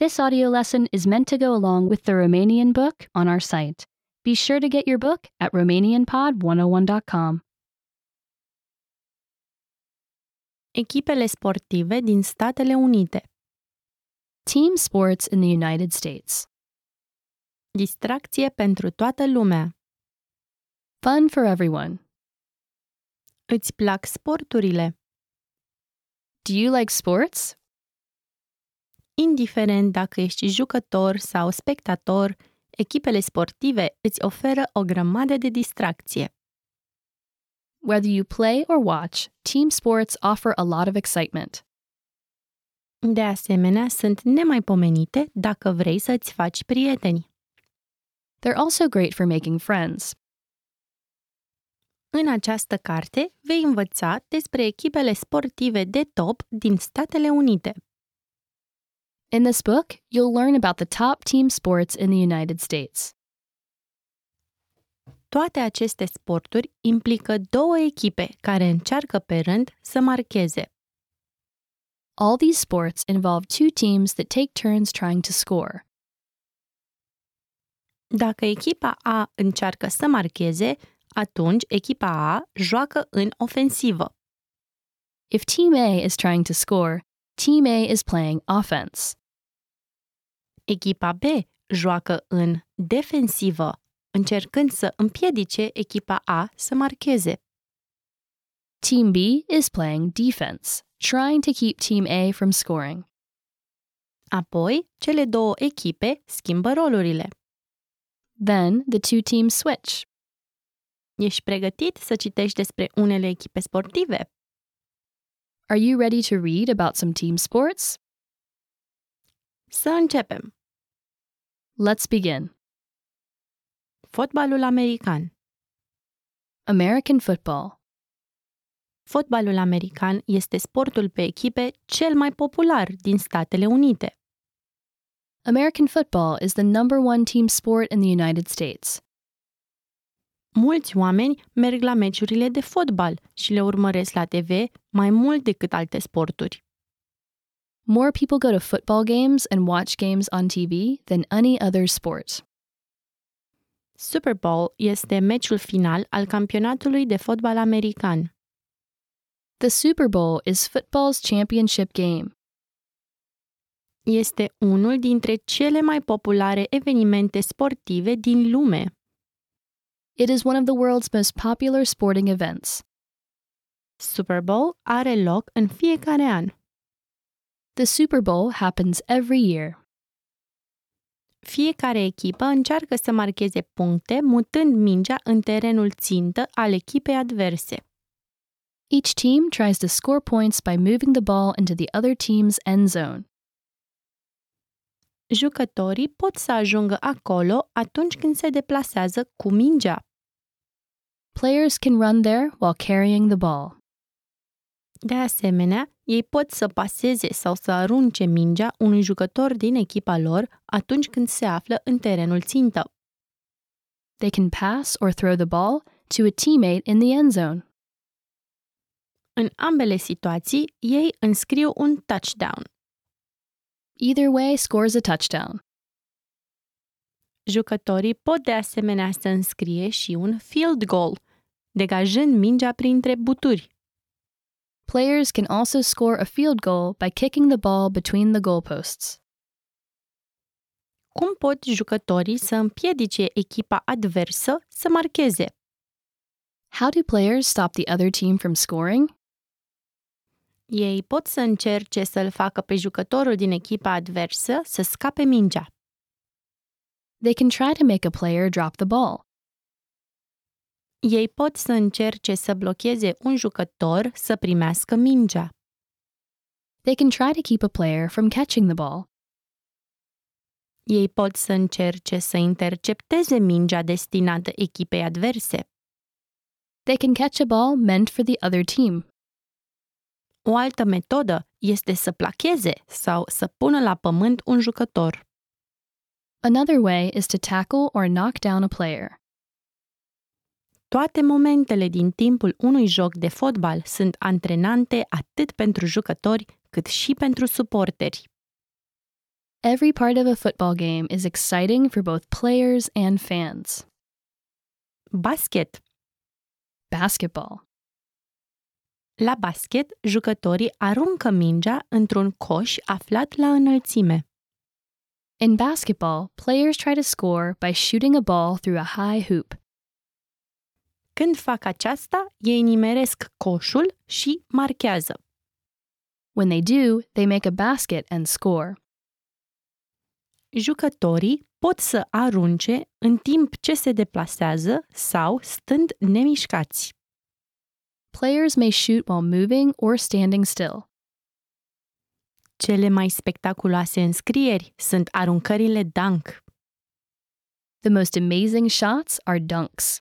This audio lesson is meant to go along with the Romanian book on our site. Be sure to get your book at RomanianPod101.com. Echipele sportive din Statele Unite. Team sports in the United States. Distracție pentru toată lumea. Fun for everyone. Îți plac sporturile, Do you like sports? indiferent dacă ești jucător sau spectator, echipele sportive îți oferă o grămadă de distracție. Whether you play or watch, team sports offer a lot of excitement. De asemenea, sunt nemaipomenite dacă vrei să-ți faci prieteni. They're also great for making friends. În această carte vei învăța despre echipele sportive de top din Statele Unite. In this book, you'll learn about the top team sports in the United States. Toate aceste sporturi implică două echipe care încearcă pe rând să marcheze. All these sports involve two teams that take turns trying to score. Dacă echipa A încearcă să marcheze, atunci echipa A joacă în ofensivă. If Team A is trying to score, Team A is playing offense. Echipa B joacă în defensivă, încercând să împiedice echipa A să marcheze. Team B is playing defense, trying to keep Team A from scoring. Apoi, cele două echipe schimbă rolurile. Then the two teams switch. Ești pregătit să citești despre unele echipe sportive? Are you ready to read about some team sports? Să începem! Let's begin. Fotbalul american. American football. Fotbalul american este sportul pe echipe cel mai popular din Statele Unite. American football is the number one team sport in the United States. Mulți oameni merg la meciurile de fotbal și le urmăresc la TV mai mult decât alte sporturi. More people go to football games and watch games on TV than any other sport. Super Bowl este meciul final al campionatului de fotbal american. The Super Bowl is football's championship game. Este unul dintre cele mai populare evenimente sportive din lume. It is one of the world's most popular sporting events. Super Bowl are loc în fiecare an. The Super Bowl happens every year. Fiecare echipă încearcă să marcheze puncte mutând mingea în terenul țintă al echipei adverse. Each team tries to score points by moving the ball into the other team's end zone. Jucătorii pot să ajungă acolo atunci când se deplasează cu mingea. Players can run there while carrying the ball. De asemenea, ei pot să paseze sau să arunce mingea unui jucător din echipa lor atunci când se află în terenul țintă. They can pass or throw the ball to a teammate in the end zone. În ambele situații, ei înscriu un touchdown. Either way scores a touchdown. Jucătorii pot de asemenea să înscrie și un field goal, degajând mingea printre buturi. Players can also score a field goal by kicking the ball between the goalposts. Cum pot jucătorii să împiedice echipa adversă să marcheze? How do players stop the other team from scoring? Ei pot să încerce să-l facă pe jucătorul din echipa adversă să scape mingea. They can try to make a player drop the ball. Ei pot să încerce să blocheze un jucător să primească mingea. They can try to keep a player from catching the ball. Ei pot să încerce să intercepteze mingea destinată echipei adverse. They can catch a ball meant for the other team. O altă metodă este să placheze sau să pună la pământ un jucător. Another way is to tackle or knock down a player. Toate momentele din timpul unui joc de fotbal sunt antrenante atât pentru jucători cât și pentru suporteri. Every part of a football game is exciting for both players and fans. Basket. Basketball. La basket, jucătorii aruncă mingea într-un coș aflat la înălțime. In basketball, players try to score by shooting a ball through a high hoop. Când fac aceasta, ei nimeresc coșul și marchează. When they do, they make a basket and score. Jucătorii pot să arunce în timp ce se deplasează sau stând nemișcați. Players may shoot while moving or standing still. Cele mai spectaculoase înscrieri sunt aruncările dunk. The most amazing shots are dunks.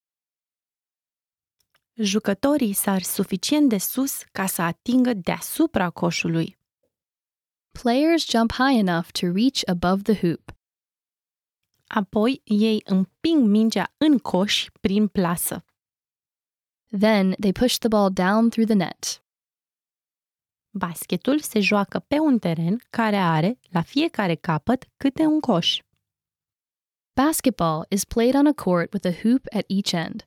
Jucătorii sar suficient de sus ca să atingă deasupra coșului. Players jump high enough to reach above the hoop. Apoi ei împing mingea în coș prin plasă. Then they push the ball down through the net. Basketul se joacă pe un teren care are, la fiecare capăt, câte un coș. Basketball is played on a court with a hoop at each end.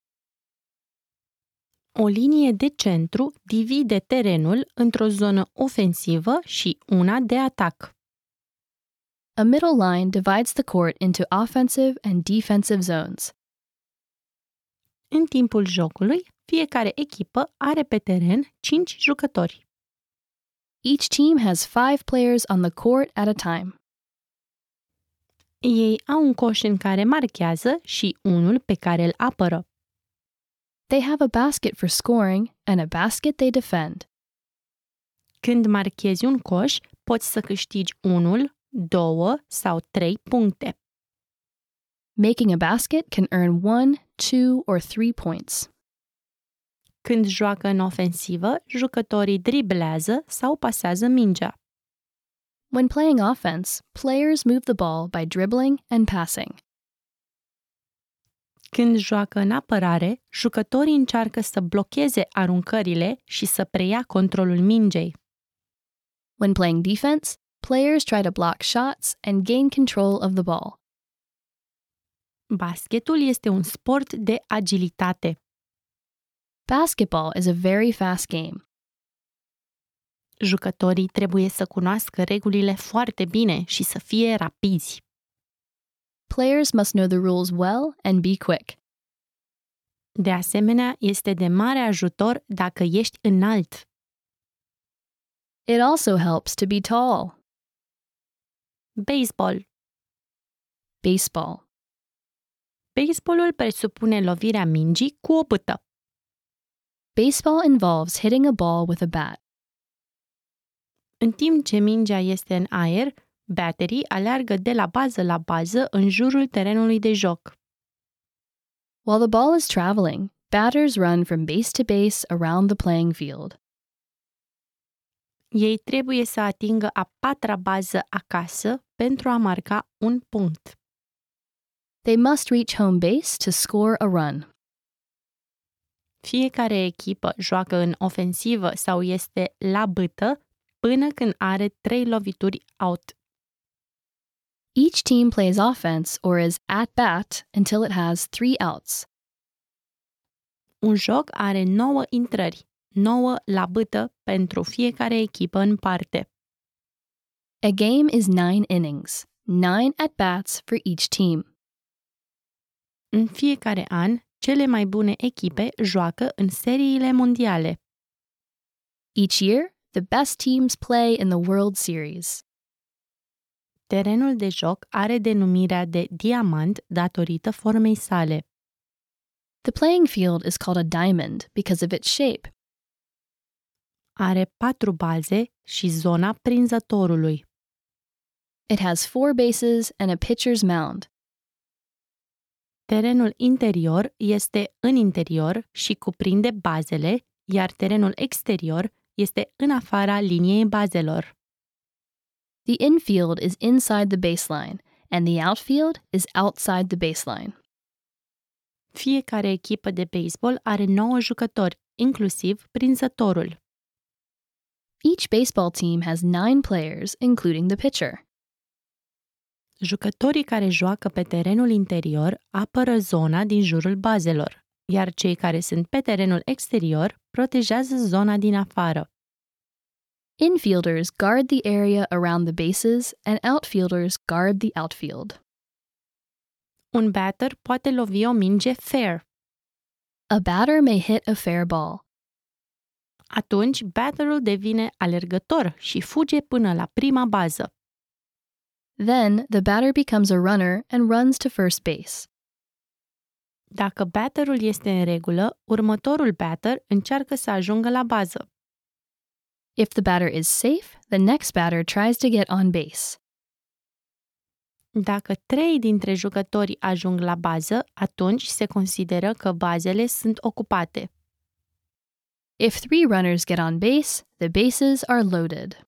O linie de centru divide terenul într-o zonă ofensivă și una de atac. A middle line divides the court into offensive and defensive zones. În timpul jocului, fiecare echipă are pe teren 5 jucători. Each team has five players on the court at a time. Ei au un coș în care marchează și unul pe care îl apără. They have a basket for scoring and a basket they defend. Când marchezi un coș, poți să câștigi unul, două sau trei puncte. Making a basket can earn one, two, or three points. Când joacă în ofensivă, jucătorii driblează sau pasează mingea. When playing offense, players move the ball by dribbling and passing. Când joacă în apărare, jucătorii încearcă să blocheze aruncările și să preia controlul mingei. When playing defense, players try to block shots and gain control of the ball. Basketul este un sport de agilitate. Basketball is a very fast game. Jucătorii trebuie să cunoască regulile foarte bine și să fie rapizi. Players must know the rules well and be quick. De asemenea, este de mare ajutor dacă ești înalt. It also helps to be tall. Baseball. Baseball. Baseballul presupune lovirea mingii cu o bâtă. Baseball involves hitting a ball with a bat. În timp ce mingea este în aer, baterii aleargă de la bază la bază în jurul terenului de joc. While the ball is traveling, batters run from base to base around the playing field. Ei trebuie să atingă a patra bază acasă pentru a marca un punct. They must reach home base to score a run. Fiecare echipă joacă în ofensivă sau este la bâtă până când are trei lovituri out. Each team plays offense or is at bat until it has three outs. Un joc are 9 intrări, 9 la bâtă pentru fiecare echipă în parte. A game is nine innings, nine at bats for each team. În fiecare an, cele mai bune echipe joacă în seriile mondiale. Each year, the best teams play in the World Series. Terenul de joc are denumirea de diamant datorită formei sale. The playing field is called a diamond because of its shape. Are patru baze și zona prinzătorului. It has four bases and a pitcher's mound. Terenul interior este în interior și cuprinde bazele, iar terenul exterior este în afara liniei bazelor. The infield is inside the baseline, and the outfield is outside the baseline. Fiecare echipă de baseball are 9 jucători, inclusiv prinzătorul. Each baseball team has nine players, including the pitcher. Jucătorii care joacă pe terenul interior apără zona din jurul bazelor, iar cei care sunt pe terenul exterior protejează zona din afară. Infielders guard the area around the bases, and outfielders guard the outfield. Un batter poate lovi o minge fair. A batter may hit a fair ball. Atunci, batterul devine alergător și fuge până la prima bază. Then the batter becomes a runner and runs to first base. Dacă batterul este în regulă, următorul batter încearcă să ajungă la bază. If the batter is safe, the next batter tries to get on base. Dacă trei dintre jucători ajung la bază, atunci se consideră că bazele sunt ocupate. If three runners get on base, the bases are loaded.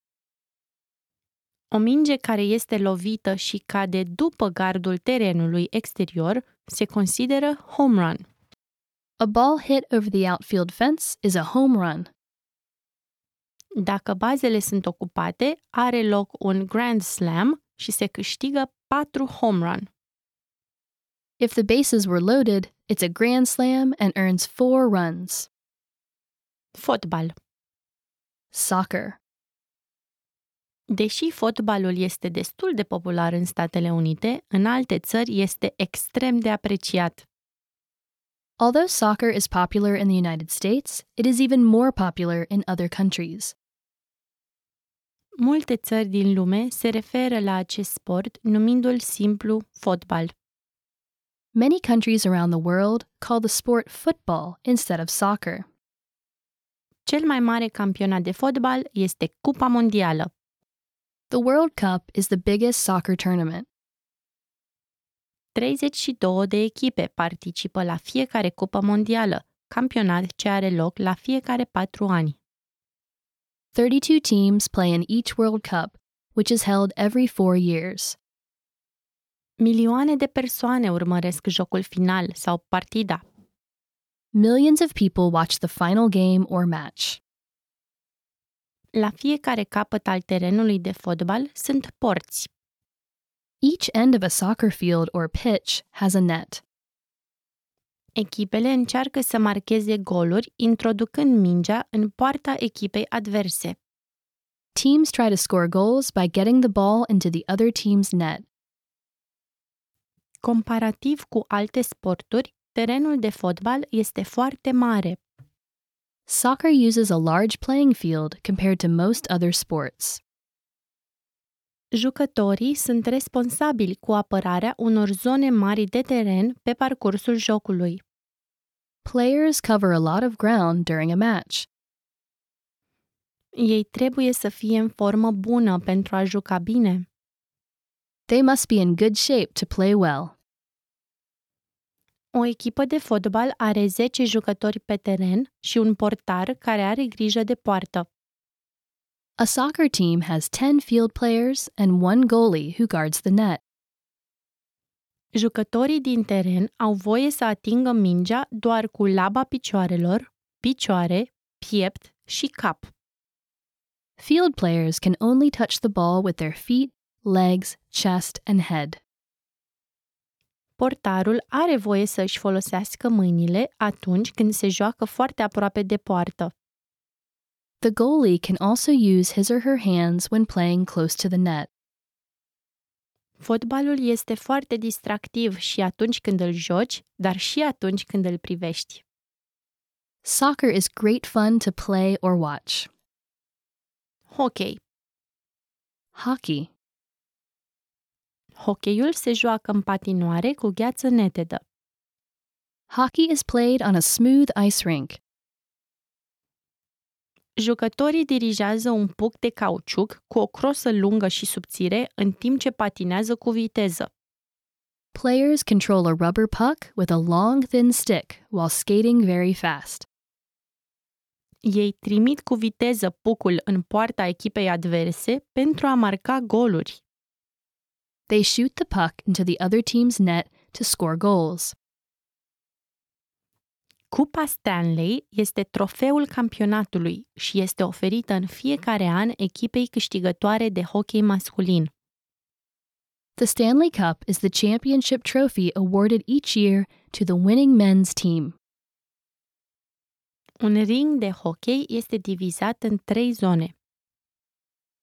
O minge care este lovită și cade după gardul terenului exterior se consideră home run. A ball hit over the outfield fence is a home run. Dacă bazele sunt ocupate, are loc un grand slam și se câștigă 4 home run. If the bases were loaded, it's a grand slam and earns four runs. Fotbal. Soccer. Deși fotbalul este destul de popular în Statele Unite, în alte țări este extrem de apreciat. Although soccer is popular in the United States, it is even more popular in other countries. Multe țări din lume se referă la acest sport numindu-l simplu fotbal. Many countries around the world call the sport football instead of soccer. Cel mai mare campionat de fotbal este Cupa Mondială. The World Cup is the biggest soccer tournament. 32 de echipe participă la fiecare cupă mondială, campionat ce are loc la fiecare patru ani. 32 teams play in each World Cup, which is held every four years. Milioane de persoane urmăresc jocul final sau partida. Millions of people watch the final game or match. La fiecare capăt al terenului de fotbal sunt porți. Each end of a soccer field or pitch has a net. Echipele încearcă să marcheze goluri introducând mingea în poarta echipei adverse. Teams try to score goals by getting the ball into the other team's net. Comparativ cu alte sporturi, terenul de fotbal este foarte mare. Soccer uses a large playing field compared to most other sports. Jucătorii sunt responsabili cu apărarea unor zone mari de teren pe parcursul jocului. Players cover a lot of ground during a match. Ei trebuie să fie în formă bună pentru a juca bine. They must be in good shape to play well. O echipă de fotbal are 10 jucători pe teren și un portar care are grijă de poartă. A soccer team has 10 field players and one goalie who guards the net. Jucătorii din teren au voie să atingă mingea doar cu laba picioarelor, picioare, piept și cap. Field players can only touch the ball with their feet, legs, chest, and head. Portarul are voie să își folosească mâinile atunci când se joacă foarte aproape de poartă. The goalie can also use his or her hands when playing close to the net. Fotbalul este foarte distractiv și atunci când îl joci, dar și atunci când îl privești. Soccer is great fun to play or watch. Hockey. Hockey. Hockeyul se joacă în patinoare cu gheață netedă. Hockey is played on a smooth ice rink. Jucătorii dirigează un puc de cauciuc cu o crosă lungă și subțire în timp ce patinează cu viteză. Players control a rubber puck with a long, thin stick while skating very fast. Ei trimit cu viteză pucul în poarta echipei adverse pentru a marca goluri. They shoot the puck into the other team's net to score goals. Cupa Stanley este trofeul campionatului și este oferită în fiecare an echipei câștigătoare de hockey masculin. The Stanley Cup is the championship trophy awarded each year to the winning men's team. Un ring de hockey este divizat în trei zone.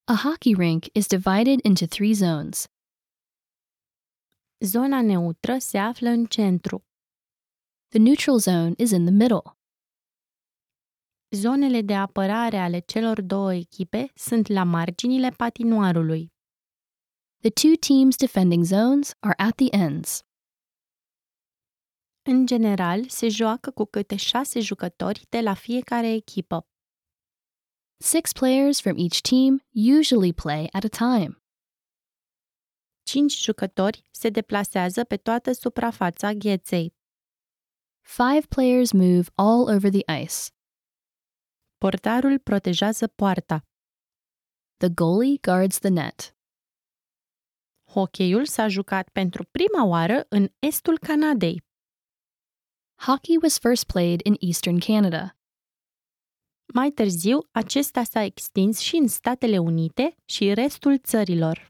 A hockey rink is divided into three zones. Zona neutră se află în centru. The neutral zone is in the middle. Zonele de apărare ale celor două echipe sunt la marginile patinoarului. The two teams' defending zones are at the ends. În general, se joacă cu câte șase jucători de la fiecare echipă. Six players from each team usually play at a time. Cinci jucători se deplasează pe toată suprafața gheței. Five players move all over the ice. Portarul protejează poarta. The goalie guards the net. Hocheiul s-a jucat pentru prima oară în estul Canadei. Hockey was first played in Eastern Canada. Mai târziu, acesta s-a extins și în Statele Unite și restul țărilor.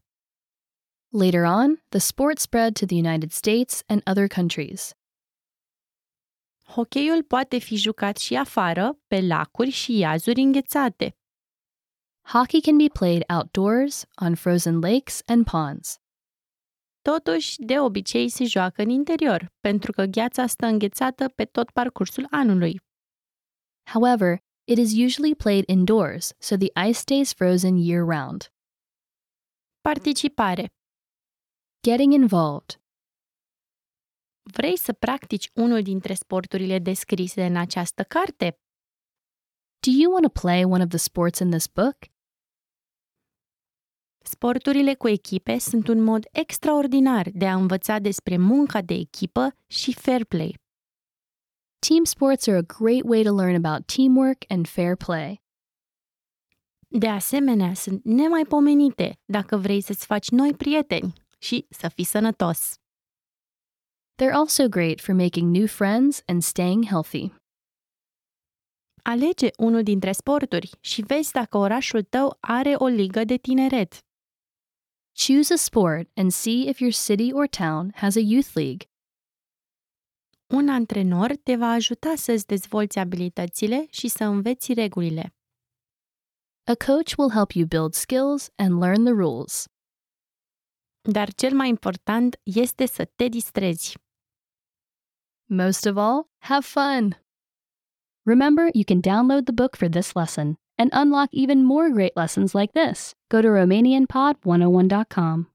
Later on, the sport spread to the United States and other countries. Hocheiul poate fi jucat și afară, pe lacuri și iazuri înghețate. Hockey can be played outdoors, on frozen lakes and ponds. Totuși, de obicei se joacă în interior, pentru că gheața stă înghețată pe tot parcursul anului. However, it is usually played indoors, so the ice stays frozen year round. Participare. Getting involved. Vrei să practici unul dintre sporturile descrise în această carte? Do you want to play one of the sports in this book? Sporturile cu echipe sunt un mod extraordinar de a învăța despre munca de echipă și fair play. Team sports are a great way to learn about teamwork and fair play. De asemenea, sunt nemaipomenite dacă vrei să-ți faci noi prieteni și să fii sănătos. They're also great for making new friends and staying healthy. Alege unul dintre sporturi și vezi dacă orașul tău are o ligă de tineret. Choose a sport and see if your city or town has a youth league. Un antrenor te va ajuta să-ți dezvolți abilitățile și să înveți regulile. A coach will help you build skills and learn the rules. Dar cel mai important este să te distrezi. Most of all, have fun! Remember, you can download the book for this oh lesson and unlock even more great lessons like this. Go to RomanianPod101.com.